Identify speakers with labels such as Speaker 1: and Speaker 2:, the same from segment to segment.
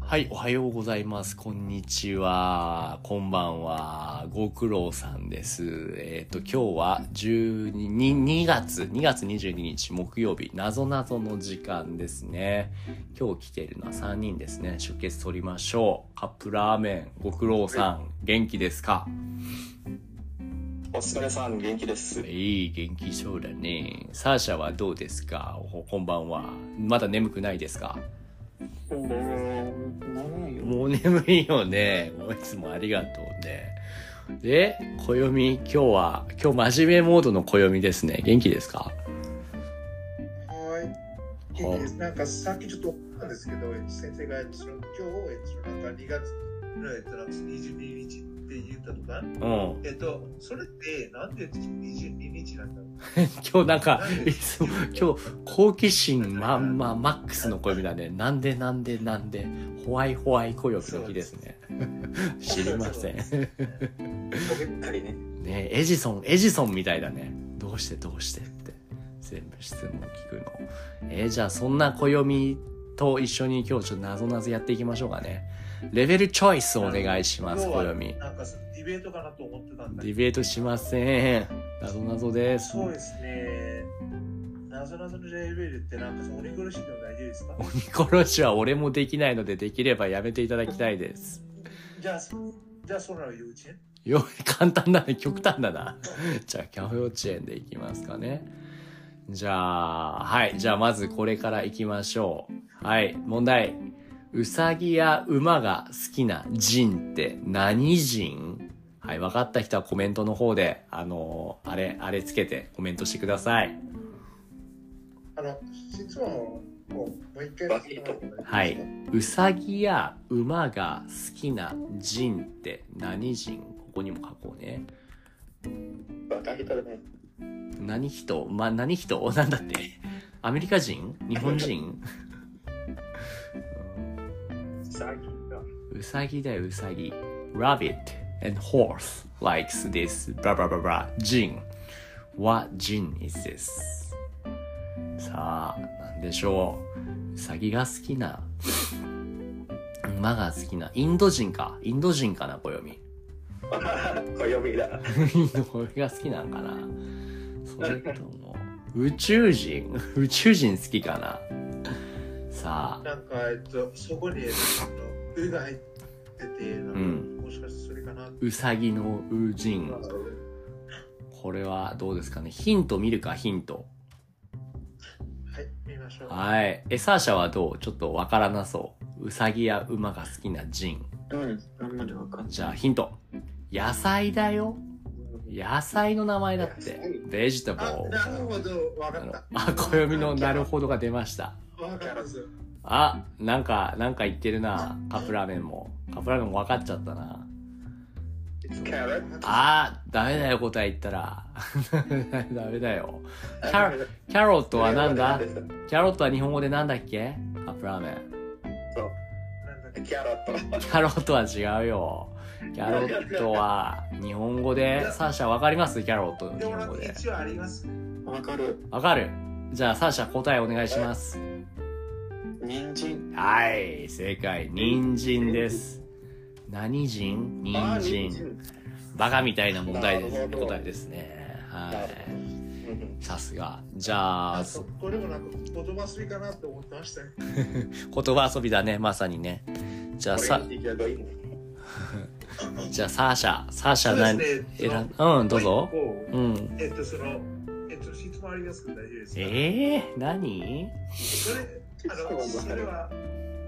Speaker 1: はい、おはようございます。こんにちは。こんばんは。ご苦労さんです。えっ、と、今日は12 2月、2月22日木曜日、なぞなぞの時間ですね。今日来ているのは3人ですね。出血取りましょう。カップラーメン、ご苦労さん、元気ですか
Speaker 2: お疲れさん、元気です。
Speaker 1: いい、元気そうだね。サーシャはどうですかおこんばんは。まだ眠くないですか
Speaker 2: おー、ないよ。
Speaker 1: もう眠いよね。もういつもありがとうね。で、暦、今日は、今日真面目モードの暦ですね。元気ですか
Speaker 3: はい。元気です。なんかさっきちょっと思ったんですけど、先生がえっとその今日、えっとなんか2月のえっとなんか22日って言ったと か、
Speaker 1: うん。
Speaker 3: えっと、それってなんで22日なんだろう
Speaker 1: 今日なんか、いつも、今日、好奇心満々、マックスの暦だね。なんでなんでなんで、ホワイホワイ暦の日ですね。知りません。ね
Speaker 2: おげっかりね。
Speaker 1: エジソン、エジソンみたいだね。どうしてどうしてって、全部質問聞くの。えーじゃあそんな暦と一緒に今日ちょっとなぞなぞやっていきましょうかね。レベルチョイスお願いします、
Speaker 3: 今日は
Speaker 1: 暦。
Speaker 3: なんかディベートかなと思ってたん
Speaker 1: デ
Speaker 3: だけ
Speaker 1: ィ
Speaker 3: ど。
Speaker 1: ベートしません。なぞなぞです。
Speaker 3: そうですね。なぞなぞのレベルってなんかその鬼殺しでも大丈夫ですか
Speaker 1: 鬼殺しは俺もできないので、できればやめていただきたいです。
Speaker 3: じゃあ、そじゃあそうなの幼稚園
Speaker 1: よ、簡単だね。極端だな。じゃあ、キャフ幼稚園でいきますかね。じゃあ、はい。じゃあ、まずこれからいきましょう。はい。問題。うさぎや馬が好きな人って何人はい。分かった人はコメントの方で、あのーあれ、あれつけてコメントしてください。
Speaker 3: あの、質問をもう一回
Speaker 2: バキッと
Speaker 1: はいううさぎや馬が好きな人って何人ここにも書こうね。
Speaker 2: バカ下手だね。
Speaker 1: 何人まあ、何人なんだってアメリカ人日本人
Speaker 2: さぎが。
Speaker 1: うさぎだようさぎ Rabbit and horse likes this blah blah blah blah Jin What Jin is this? さあ何でしょううさぎが好きな馬が好きなインド人かインド人かな暦
Speaker 2: 暦だ。
Speaker 1: 俺が好きなんかなそれとも宇宙人宇宙人好きかなさあ
Speaker 3: なんか、えっと、そこに、えっと、うが入ってて、なんか
Speaker 1: うん
Speaker 3: もしかしてそれかなって。
Speaker 1: うさぎの宇人これはどうですかねヒント見るかヒント
Speaker 3: はい、見ましょう。
Speaker 1: はいエサーシャはどうちょっとわからなそううさぎや馬が好きな人
Speaker 2: うん、あんまりわかん
Speaker 1: じゃあヒント野菜だよ野菜の名前だっ
Speaker 2: 野
Speaker 1: て
Speaker 2: 菜
Speaker 1: ベジタブル
Speaker 3: あ、なるほど、わかっ
Speaker 1: あ暦のなるほどが出ました
Speaker 3: た。わかったぞ。
Speaker 1: あ、なんか、なんか言ってるな。カップラーメンも。カップラーメンも分かっちゃったな。
Speaker 2: It's carrot.
Speaker 1: あー、ダメだよ、答え言ったら。 ダメだよ。キャロ
Speaker 2: ロッ
Speaker 1: キャロットはなんだキャロットは日本語でなんだっけカップラーメン。
Speaker 3: なんだっけ
Speaker 2: キャロット。
Speaker 1: キャロットは違うよ。キャロットは日本語で、サーシャ分かりますキャロットの
Speaker 3: で
Speaker 1: 日
Speaker 3: もな
Speaker 1: 本語
Speaker 3: んか
Speaker 1: で。
Speaker 3: 一応あります。
Speaker 2: わかる。
Speaker 1: 分かるじゃあ、サーシャ答えお願いします。
Speaker 2: 人参。
Speaker 1: はい、正解。人参です。何人人参。バカみたいな問題です
Speaker 2: なるほど
Speaker 1: 答えですねは
Speaker 2: なる
Speaker 1: い
Speaker 2: うん
Speaker 1: さすがじゃあ
Speaker 3: あ、そこれもなんか言葉すりかなって思ってましたよ。
Speaker 1: 言葉遊びだねまさにねじゃあさ
Speaker 2: オレンジがいいね
Speaker 1: じゃあサーシャサーシ
Speaker 3: そ
Speaker 1: ャ
Speaker 3: うです
Speaker 1: 何
Speaker 3: ね。
Speaker 1: 選んうんどうぞ
Speaker 3: もう一
Speaker 1: うん
Speaker 3: 個。えっと、その、えっと、質問ありますけど大丈夫ですか
Speaker 1: ええー、何
Speaker 3: それ、あの、それは、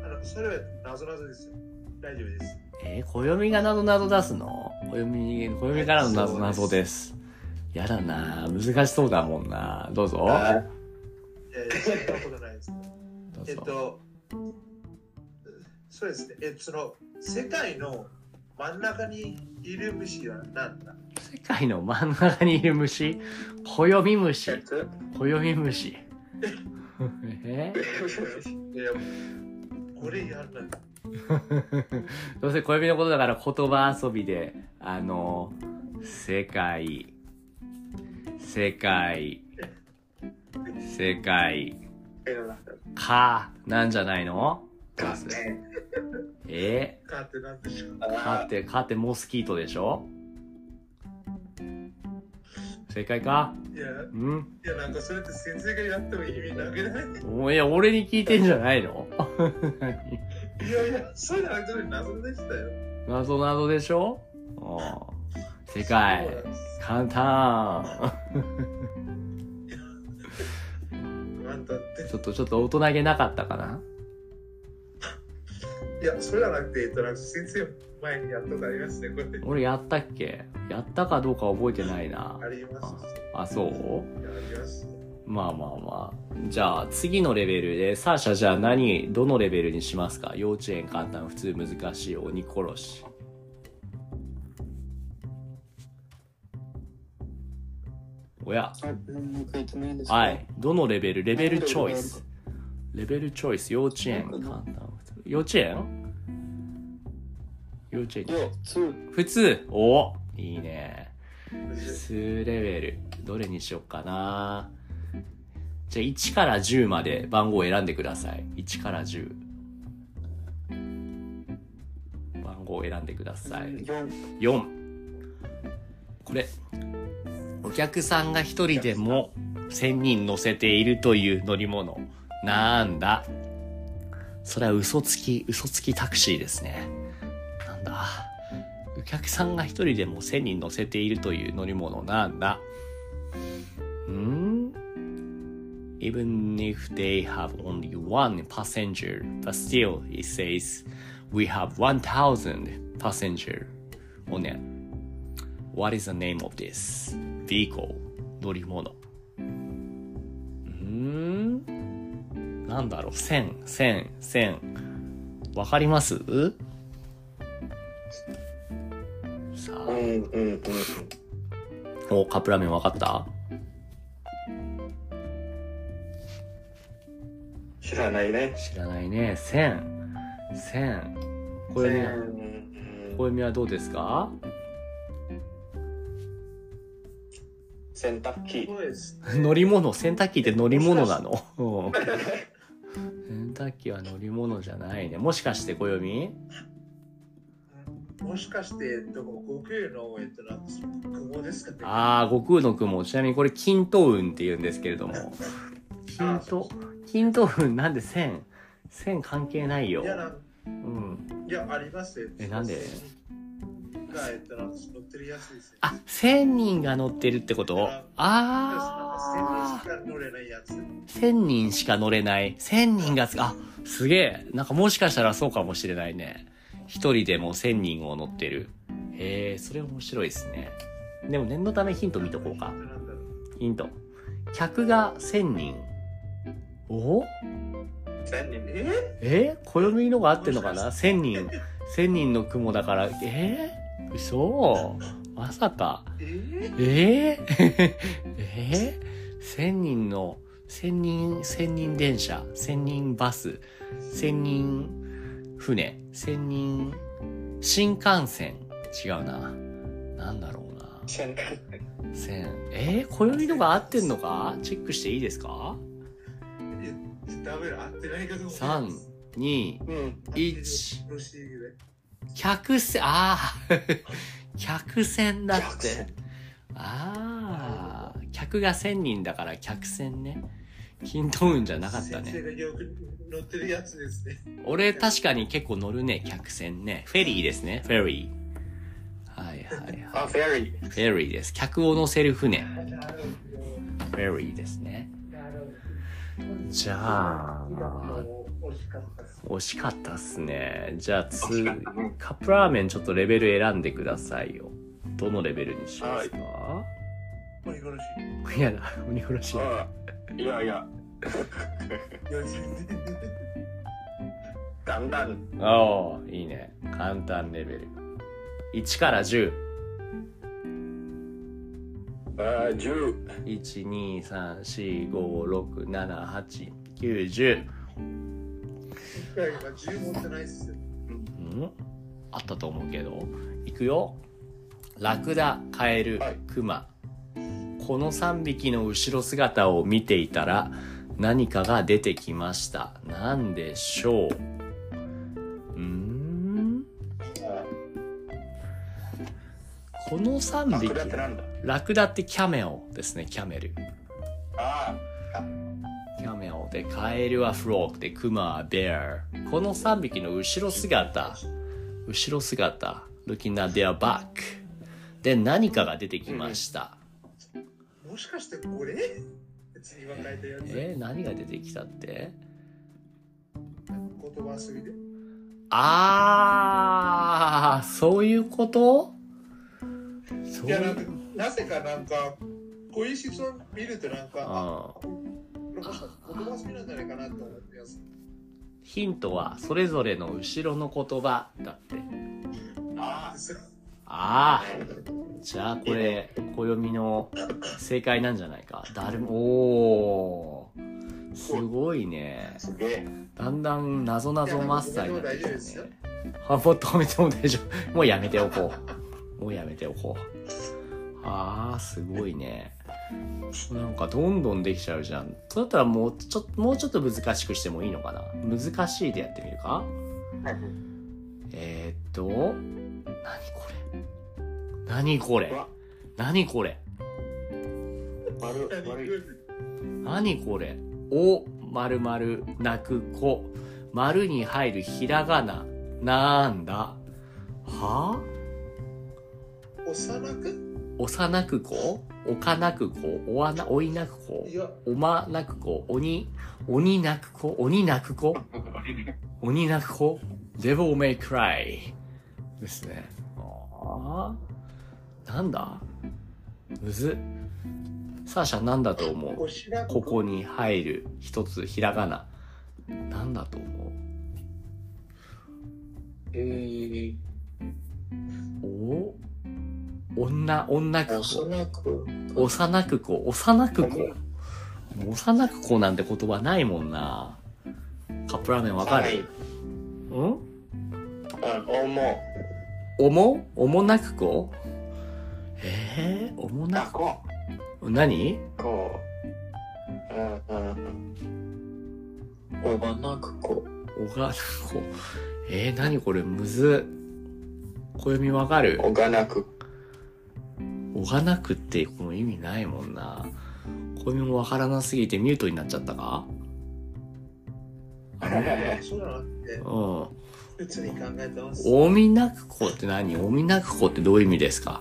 Speaker 3: あの、それはなぞなぞですよ。大丈夫です。
Speaker 1: えー、暦がなどなど出すの暦暦からのなぞなぞですやだな難しそうだもんなどうぞ
Speaker 2: あ
Speaker 3: えー、そんなことな いです。
Speaker 1: どう
Speaker 3: えっ
Speaker 1: ぞ
Speaker 3: と、そうですね、えっと、その世界の真ん中にいる虫は何 だ
Speaker 1: 世界の真ん中にいる虫暦虫
Speaker 2: やつ
Speaker 1: 暦虫 え ー
Speaker 3: いや、これやるな。
Speaker 1: どうせ小指のことだから言葉遊びで、あの、世界、世界、世界、
Speaker 2: えーなんだ
Speaker 1: か、なんじゃないの
Speaker 2: か
Speaker 1: え
Speaker 3: カーってなんでしょう。
Speaker 1: ー、カー
Speaker 2: あ
Speaker 1: テ、カーテモスキートでしょ正解か
Speaker 3: いや、い
Speaker 1: うん
Speaker 3: やなんかそれって先生がやっても意味なくない
Speaker 1: おいや、俺に聞いてんじゃないの何
Speaker 3: いやいや、そういうのあれ謎でしたよ。
Speaker 1: 謎謎でしょあー正解
Speaker 3: そうなんです
Speaker 1: 簡単
Speaker 3: あんたって。
Speaker 1: ちょっとちょっと大人げなかったかない
Speaker 3: や、それじゃなくて、えっと、なんか先生前にやったことありますね、これ。
Speaker 1: 俺やったっけやったかどうか覚えてないな
Speaker 3: あります。
Speaker 1: あそう
Speaker 3: いや、あります。
Speaker 1: まあまあまあじゃあ次のレベルでサーシャじゃあ何どのレベルにしますか幼稚園簡単普通難しい鬼殺しおや
Speaker 4: はい、何も書いてないんですけど
Speaker 1: はい。どのレベルレベルチョイス。レベルチョイス。幼稚園。簡単。幼稚園幼稚園
Speaker 4: い。や、ツー。
Speaker 1: 普通。おいいね。普通レベル。どれにしようかな。じゃあ1から10まで番号を選んでください。1から10。番号を選んでください。
Speaker 4: 4。
Speaker 1: 4これお客さんが一人でも1,000人乗せているという乗り物なんだそれは嘘つき嘘つきタクシーですねなんだお客さんが一人でも1,000人乗せているという乗り物なんだうん Even if they have only one passenger, but still it says we have 1,000 passenger on it. What is the name of this vehicle? 乗り物。うーんなんだろう千、千、千。わかりますさ
Speaker 2: うん
Speaker 1: あ、
Speaker 2: うんうん
Speaker 1: お、カップラーメンわかった
Speaker 2: 知らないね
Speaker 1: 知らないね。千、千。これね
Speaker 2: う、
Speaker 1: 小
Speaker 2: ん
Speaker 1: 読みはどうですか
Speaker 2: 洗
Speaker 3: す
Speaker 2: 濯機
Speaker 3: ごいです。
Speaker 1: 乗り物洗濯機って乗り物なのうん洗濯機は乗り物じゃないねもしかして暦
Speaker 3: もしかして、どこ、悟空の、えっと、なんか、雲ですかね。
Speaker 1: ああ悟空の雲ちなみにこれ均等雲って言うんですけれども均等均等雲なんで線線関係ないよ
Speaker 3: い、や、なん
Speaker 1: うん、
Speaker 3: いや、ありますよ。
Speaker 1: えなんで
Speaker 3: が、えっと、なんか、乗ってるやつですよ。
Speaker 1: あ千人が乗ってるってこと
Speaker 3: なんか
Speaker 1: ああ
Speaker 3: 千人しか乗れないやつ。
Speaker 1: 千人しか乗れない千人がつあすげえなんかもしかしたらそうかもしれないね一人でも千人を乗ってるへえそれ面白いですねでも念のためヒント見とこうか
Speaker 3: なんだろう
Speaker 1: ヒント客が千人お
Speaker 2: 千人
Speaker 3: え
Speaker 1: え暦のが合ってんのかな千人千人の雲だからえー、嘘まさかえ
Speaker 3: え
Speaker 1: ー、 えー、千人の、千人、千人電車、千人バス、千人船、千人新幹線。違うな。なんだろうな。
Speaker 2: 洗濯
Speaker 1: 千。えー、暦のが合ってんのかチェックしていいですか
Speaker 3: ダメだ、合ってないかと思う
Speaker 1: 三、二、
Speaker 2: うん
Speaker 1: 一。
Speaker 3: ロシーグ
Speaker 1: 客船、ああ、 客船だっ
Speaker 2: 客
Speaker 1: て
Speaker 2: 船。
Speaker 1: ああ、客が1000人だから客船ね。均等運じゃ
Speaker 3: で
Speaker 1: なかった
Speaker 3: 先生
Speaker 1: ね。
Speaker 3: がよく乗ってるやつですね。
Speaker 1: 俺確かに結構乗るね、客船ね。フェリーですね、フェリー。はいはいは
Speaker 2: あフェリー
Speaker 1: い。フェリーです。客を乗せる船。フ
Speaker 3: なる
Speaker 1: ェリーですね。じゃあ、
Speaker 3: ほど。惜しかったです。
Speaker 1: 惜しかったっすね。じゃあ、つ
Speaker 2: 惜しかったね
Speaker 1: カップラーメンちょっとレベル選んでくださいよ。どのレベルにしますか、
Speaker 3: これ殺し。
Speaker 1: いやだ、鬼殺し。
Speaker 2: あいやいや
Speaker 3: 四十年。
Speaker 2: だんだん
Speaker 1: おーいいね。簡単レベル。1から10。
Speaker 2: あ十
Speaker 1: 1、2、3、4、5、6、7、8、9、10。
Speaker 3: いや、今十持ってないっすよ。
Speaker 1: うんあったと思うけど。いくよ。ラクダ、カエル
Speaker 2: はい、
Speaker 1: クマ。この3匹の後ろ姿を見ていたら何かが出てきました。何でしょううーんこの3
Speaker 2: ラ
Speaker 1: 匹
Speaker 2: クダってなんだ
Speaker 1: ラクダってキャメオですねキャメル
Speaker 2: あ
Speaker 1: キャメオでカエルはフロークでクマはベアこの3匹の後ろ姿後ろ姿 looking at their back で何かが出てきました、
Speaker 3: もしかしてこれ別に若いたやつ言
Speaker 1: えー何が出てきたって
Speaker 3: 葉遊びで
Speaker 1: あーそういうことそう
Speaker 3: いやなんかなぜかなんかこういう質問見るとなんかあ
Speaker 1: あー
Speaker 3: これもしかして言葉遊びなんじゃないかなと思ってます
Speaker 1: ヒントはそれぞれの後ろの言葉だって
Speaker 2: ーあ
Speaker 1: ああじゃあこれ暦の正解なんじゃないか誰もおーすごいね
Speaker 2: ーすげえ
Speaker 1: だんだん謎謎マスターになってきた
Speaker 3: いやもう褒めても大丈夫ですよ
Speaker 1: ねあもっと褒めても大丈夫もうやめておこうもうやめておこうあーすごいねなんかどんどんできちゃうじゃんそうだったらもうちょもうちょっと難しくしてもいいのかな難しいでやってみるかえー、っと何これ何これ
Speaker 2: うわ
Speaker 1: 何これ
Speaker 2: 悪い悪い
Speaker 1: 何これお、まるまる、泣く子。丸に入るひらがな。なんだは
Speaker 3: 幼く
Speaker 1: 幼く子おかなく子おわな、おいなく子
Speaker 3: いや
Speaker 1: おまなく子鬼、鬼なく子鬼なく子鬼なく子 ?Devil May Cry ですね。ああ。なんだむずっ。サーシャなんだと思う
Speaker 3: おしら
Speaker 1: ここに入る一つひらがな。なんだと思
Speaker 4: えー、
Speaker 1: うお女、女く子。
Speaker 4: 幼く、
Speaker 1: 幼く子、幼く子。幼く子なんて言葉ないもんな。カップラーメンわか
Speaker 2: はい
Speaker 1: るん
Speaker 2: あおも
Speaker 1: おもおもなく子えー、おもな
Speaker 2: あ
Speaker 1: く
Speaker 2: こ
Speaker 1: 子。何
Speaker 2: うこううんうん
Speaker 4: おばなく子、
Speaker 1: おがなく子。えー、何これむずっ。暦わかる
Speaker 2: おがなく
Speaker 1: おがなくってこの意味ないもんな。これもわからなすぎてミュートになっちゃったかあれ
Speaker 3: そうなのって
Speaker 1: うん。
Speaker 3: 別に考えてます
Speaker 1: おみなく子って何おみなく子ってどういう意味ですか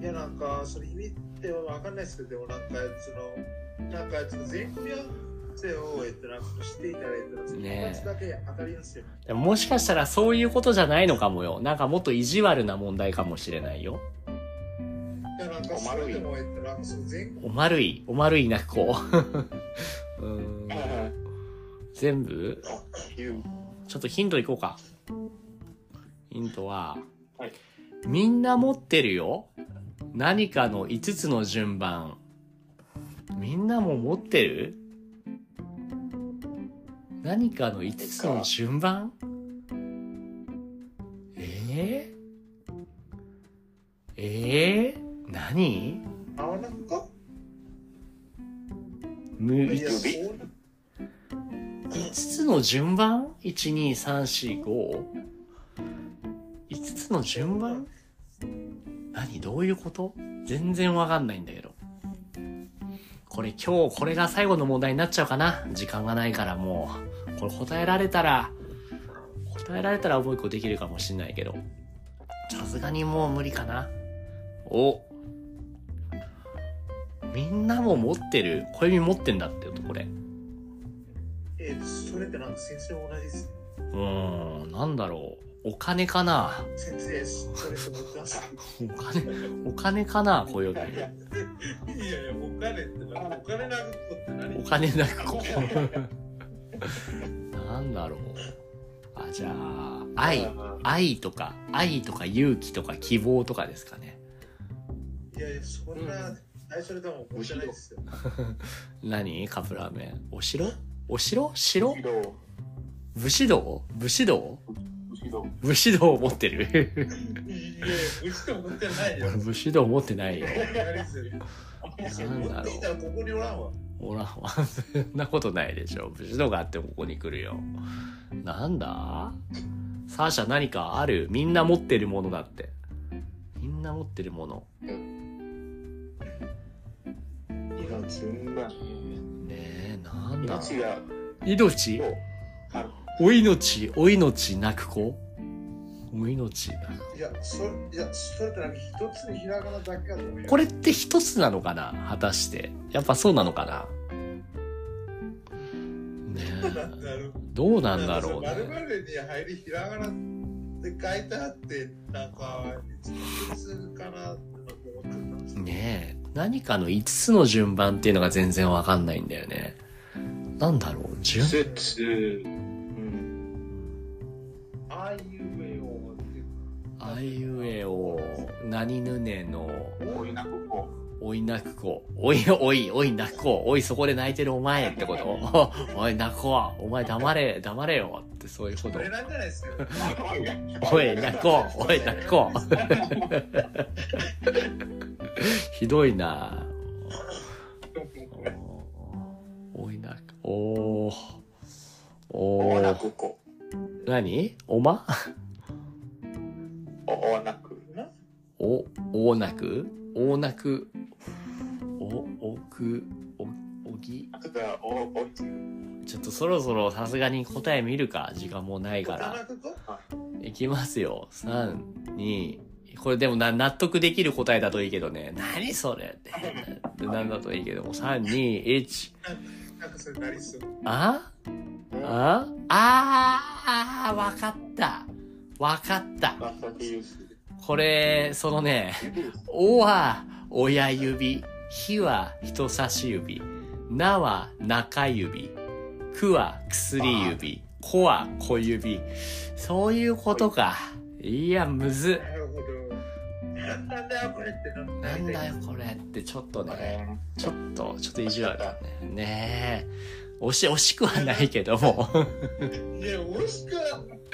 Speaker 3: いやなんかその意味ってわかんないですけどでもなんかそのなんかその全組合わせをえっとなんかしていただいたらその
Speaker 1: ねえ
Speaker 3: 一つだけ当たりますよね。
Speaker 1: でももしかしたらそういうことじゃないのかもよ。なんかもっと意地悪な問題かもしれないよ。
Speaker 3: いやなんかそれでもえっとなんかその全
Speaker 1: おまるい、おまるいなく子。う ーん全部
Speaker 2: ゆ
Speaker 1: ちょっとヒントいこうか。ヒントは、
Speaker 2: はい
Speaker 1: みんな持ってるよ。何かの5つの順番。みんなも持ってる何かの5つの順番えー、えー、何
Speaker 3: 合わなくか
Speaker 1: む
Speaker 3: いや
Speaker 1: 5
Speaker 3: そう
Speaker 1: つの順番 ?12345?5 つの順番何どういうこと全然わかんないんだけど。これ今日これが最後の問題になっちゃうかな時間がないからもう。これ答えられたら、答えられたらもう一個できるかもしんないけど。さすがにもう無理かな。お。みんなも持ってる、小指持ってんだってよ、これ。
Speaker 3: えっとそれってなんか先生も同じです。
Speaker 1: うーん、なんだろう。お金かな
Speaker 3: 先生です。それと僕はさ。
Speaker 1: お金、お金かな小指。
Speaker 3: いやいやお金ってなんかお金なくこって
Speaker 1: お
Speaker 3: 何？
Speaker 1: 金なくこう。なんだろう。あ、じゃあ、愛。愛とか、愛とか勇気とか希望とかですかね。
Speaker 3: いやいやそんな大それとも僕じゃないですよ。
Speaker 1: 何カップラーメン。お城お城城
Speaker 2: ひろ
Speaker 1: 武士道武士道
Speaker 2: ひろ
Speaker 1: 武士道を持ってる
Speaker 3: いやいやうちとも持ってないよ。
Speaker 1: 俺武士道持ってないよ。
Speaker 3: 何する
Speaker 1: なん
Speaker 3: 持
Speaker 1: だ
Speaker 3: って
Speaker 1: ろ
Speaker 3: き
Speaker 1: う
Speaker 3: た。らここにおらんわ。
Speaker 1: ほら、そんなことないでしょ。武士道があってもここに来るよ。なんだサーシャ何かあるみんな持ってるものだって。みんんな持ってるもの
Speaker 2: 命
Speaker 1: ね
Speaker 2: が
Speaker 1: えなんだ
Speaker 2: 命が
Speaker 1: 命
Speaker 2: をある
Speaker 1: お命お命なく子お命なく
Speaker 3: いや、それ、いや、それってなんか一つにひらがなだけが伸びる
Speaker 1: これって一つなのかな果たしてやっぱそうなのかなね
Speaker 3: な
Speaker 1: え
Speaker 3: なる
Speaker 1: どうなんだろうね
Speaker 3: なんかそ丸々に入りひらがなって書いてあって、なんか、一つかなって思ってたんですけど
Speaker 1: ねえ何かの5つの順番っていうのが全然わかんないんだよねなんだろう順
Speaker 4: 節
Speaker 2: うん
Speaker 3: あいうえおって。
Speaker 1: あいうえお何ぬねの
Speaker 2: こういうなここ
Speaker 1: おい泣く子おいおいおい泣く子おいそこで泣いてるお前ってこと おい泣く子はお前黙れ黙れよってそういうこ
Speaker 3: ことれなんじゃないですか。
Speaker 1: おい泣こうおい泣こう ひどいなおおい泣くおー
Speaker 2: お
Speaker 1: お
Speaker 2: わな
Speaker 1: ー
Speaker 2: ここ
Speaker 1: 何おま
Speaker 2: おわなく
Speaker 3: な
Speaker 1: お、おなく、おなく、お、おく、お、おぎ。
Speaker 2: あとがおおい
Speaker 1: ちょっとそろそろさすがに答え見るか。時間もないか
Speaker 3: お田
Speaker 1: ら。
Speaker 3: 中と
Speaker 1: いきますよ。3、2、これでもな納得できる答えだといいけどね。何それって。ってなんだといいけども。3、2、1。
Speaker 3: なんかそれなりそう。
Speaker 1: ああああーわかった。わかった。
Speaker 2: わさびゆす
Speaker 1: これ、そのね、おは親指、ひは人差し指、なは中指、くは薬指、こは小指。そういうことか。いや、むず
Speaker 3: なるほど。なんなんだよ、これってな
Speaker 1: っ。なんだよ、これって、ちょっとね、
Speaker 2: ね
Speaker 1: ちょっと、ちょっと意地悪だね。ねえ。惜し、惜しくはないけども。
Speaker 3: いや、惜しか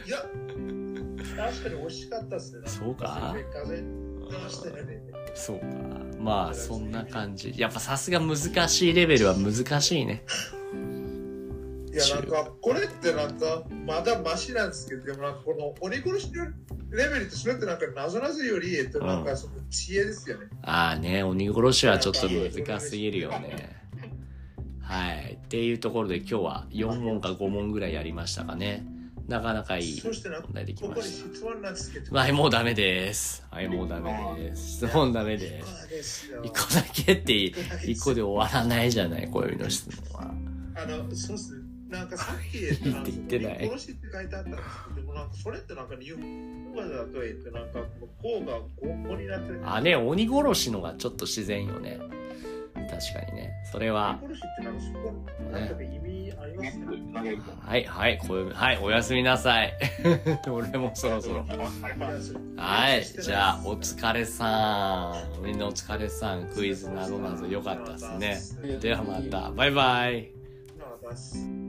Speaker 3: いや、確かに惜しかったっすね。
Speaker 1: そうか
Speaker 3: 風邪してね。
Speaker 1: そうか。まあ、そんな感じ。やっぱさすが難しいレベルは難しいね。
Speaker 3: いや、なんか、これってなんか、まだマシなんですけど、でもなんか、この鬼殺しのレベルって、それってなんか、なぞなぞより、えっと、なんか、その知恵ですよね。
Speaker 1: ああね、鬼殺しはちょっと難しすぎるよね。はい。っていうところで今日は4問か5問ぐらいやりましたかね。なかなかいい
Speaker 3: そしてなんか
Speaker 1: 問、題でき
Speaker 3: こ
Speaker 1: ま
Speaker 3: こに
Speaker 1: し
Speaker 3: 質問なんですけ
Speaker 1: た。
Speaker 3: ど、
Speaker 1: はい、もうダメです。はい、もうダメです。質問ダメで
Speaker 3: こ
Speaker 1: す。
Speaker 3: こですよ
Speaker 1: 1個だけって1個で終わらないじゃない、小指の質問は。
Speaker 3: あの、そうっすね。なんかさっき、えっと、なんか
Speaker 1: 言ってない
Speaker 3: 殺しって書いてあったんですけど、でもなんか、それってなんか、日本語だと、えっと、なんか、こうが5個になってる。
Speaker 1: あ、ね、鬼殺しのがちょっと自然よね。確かにね。それは。
Speaker 3: 殺しってなんか、そこ、なんか意味ありますね。
Speaker 1: はい、はい、小指。はい、おやすみなさい。 俺もそろそろ。はい、じゃあ、お疲れさん。みんなお疲れさん。クイズなどなど良かったですね。ではまた、バイバイ。
Speaker 3: なあ、だっす。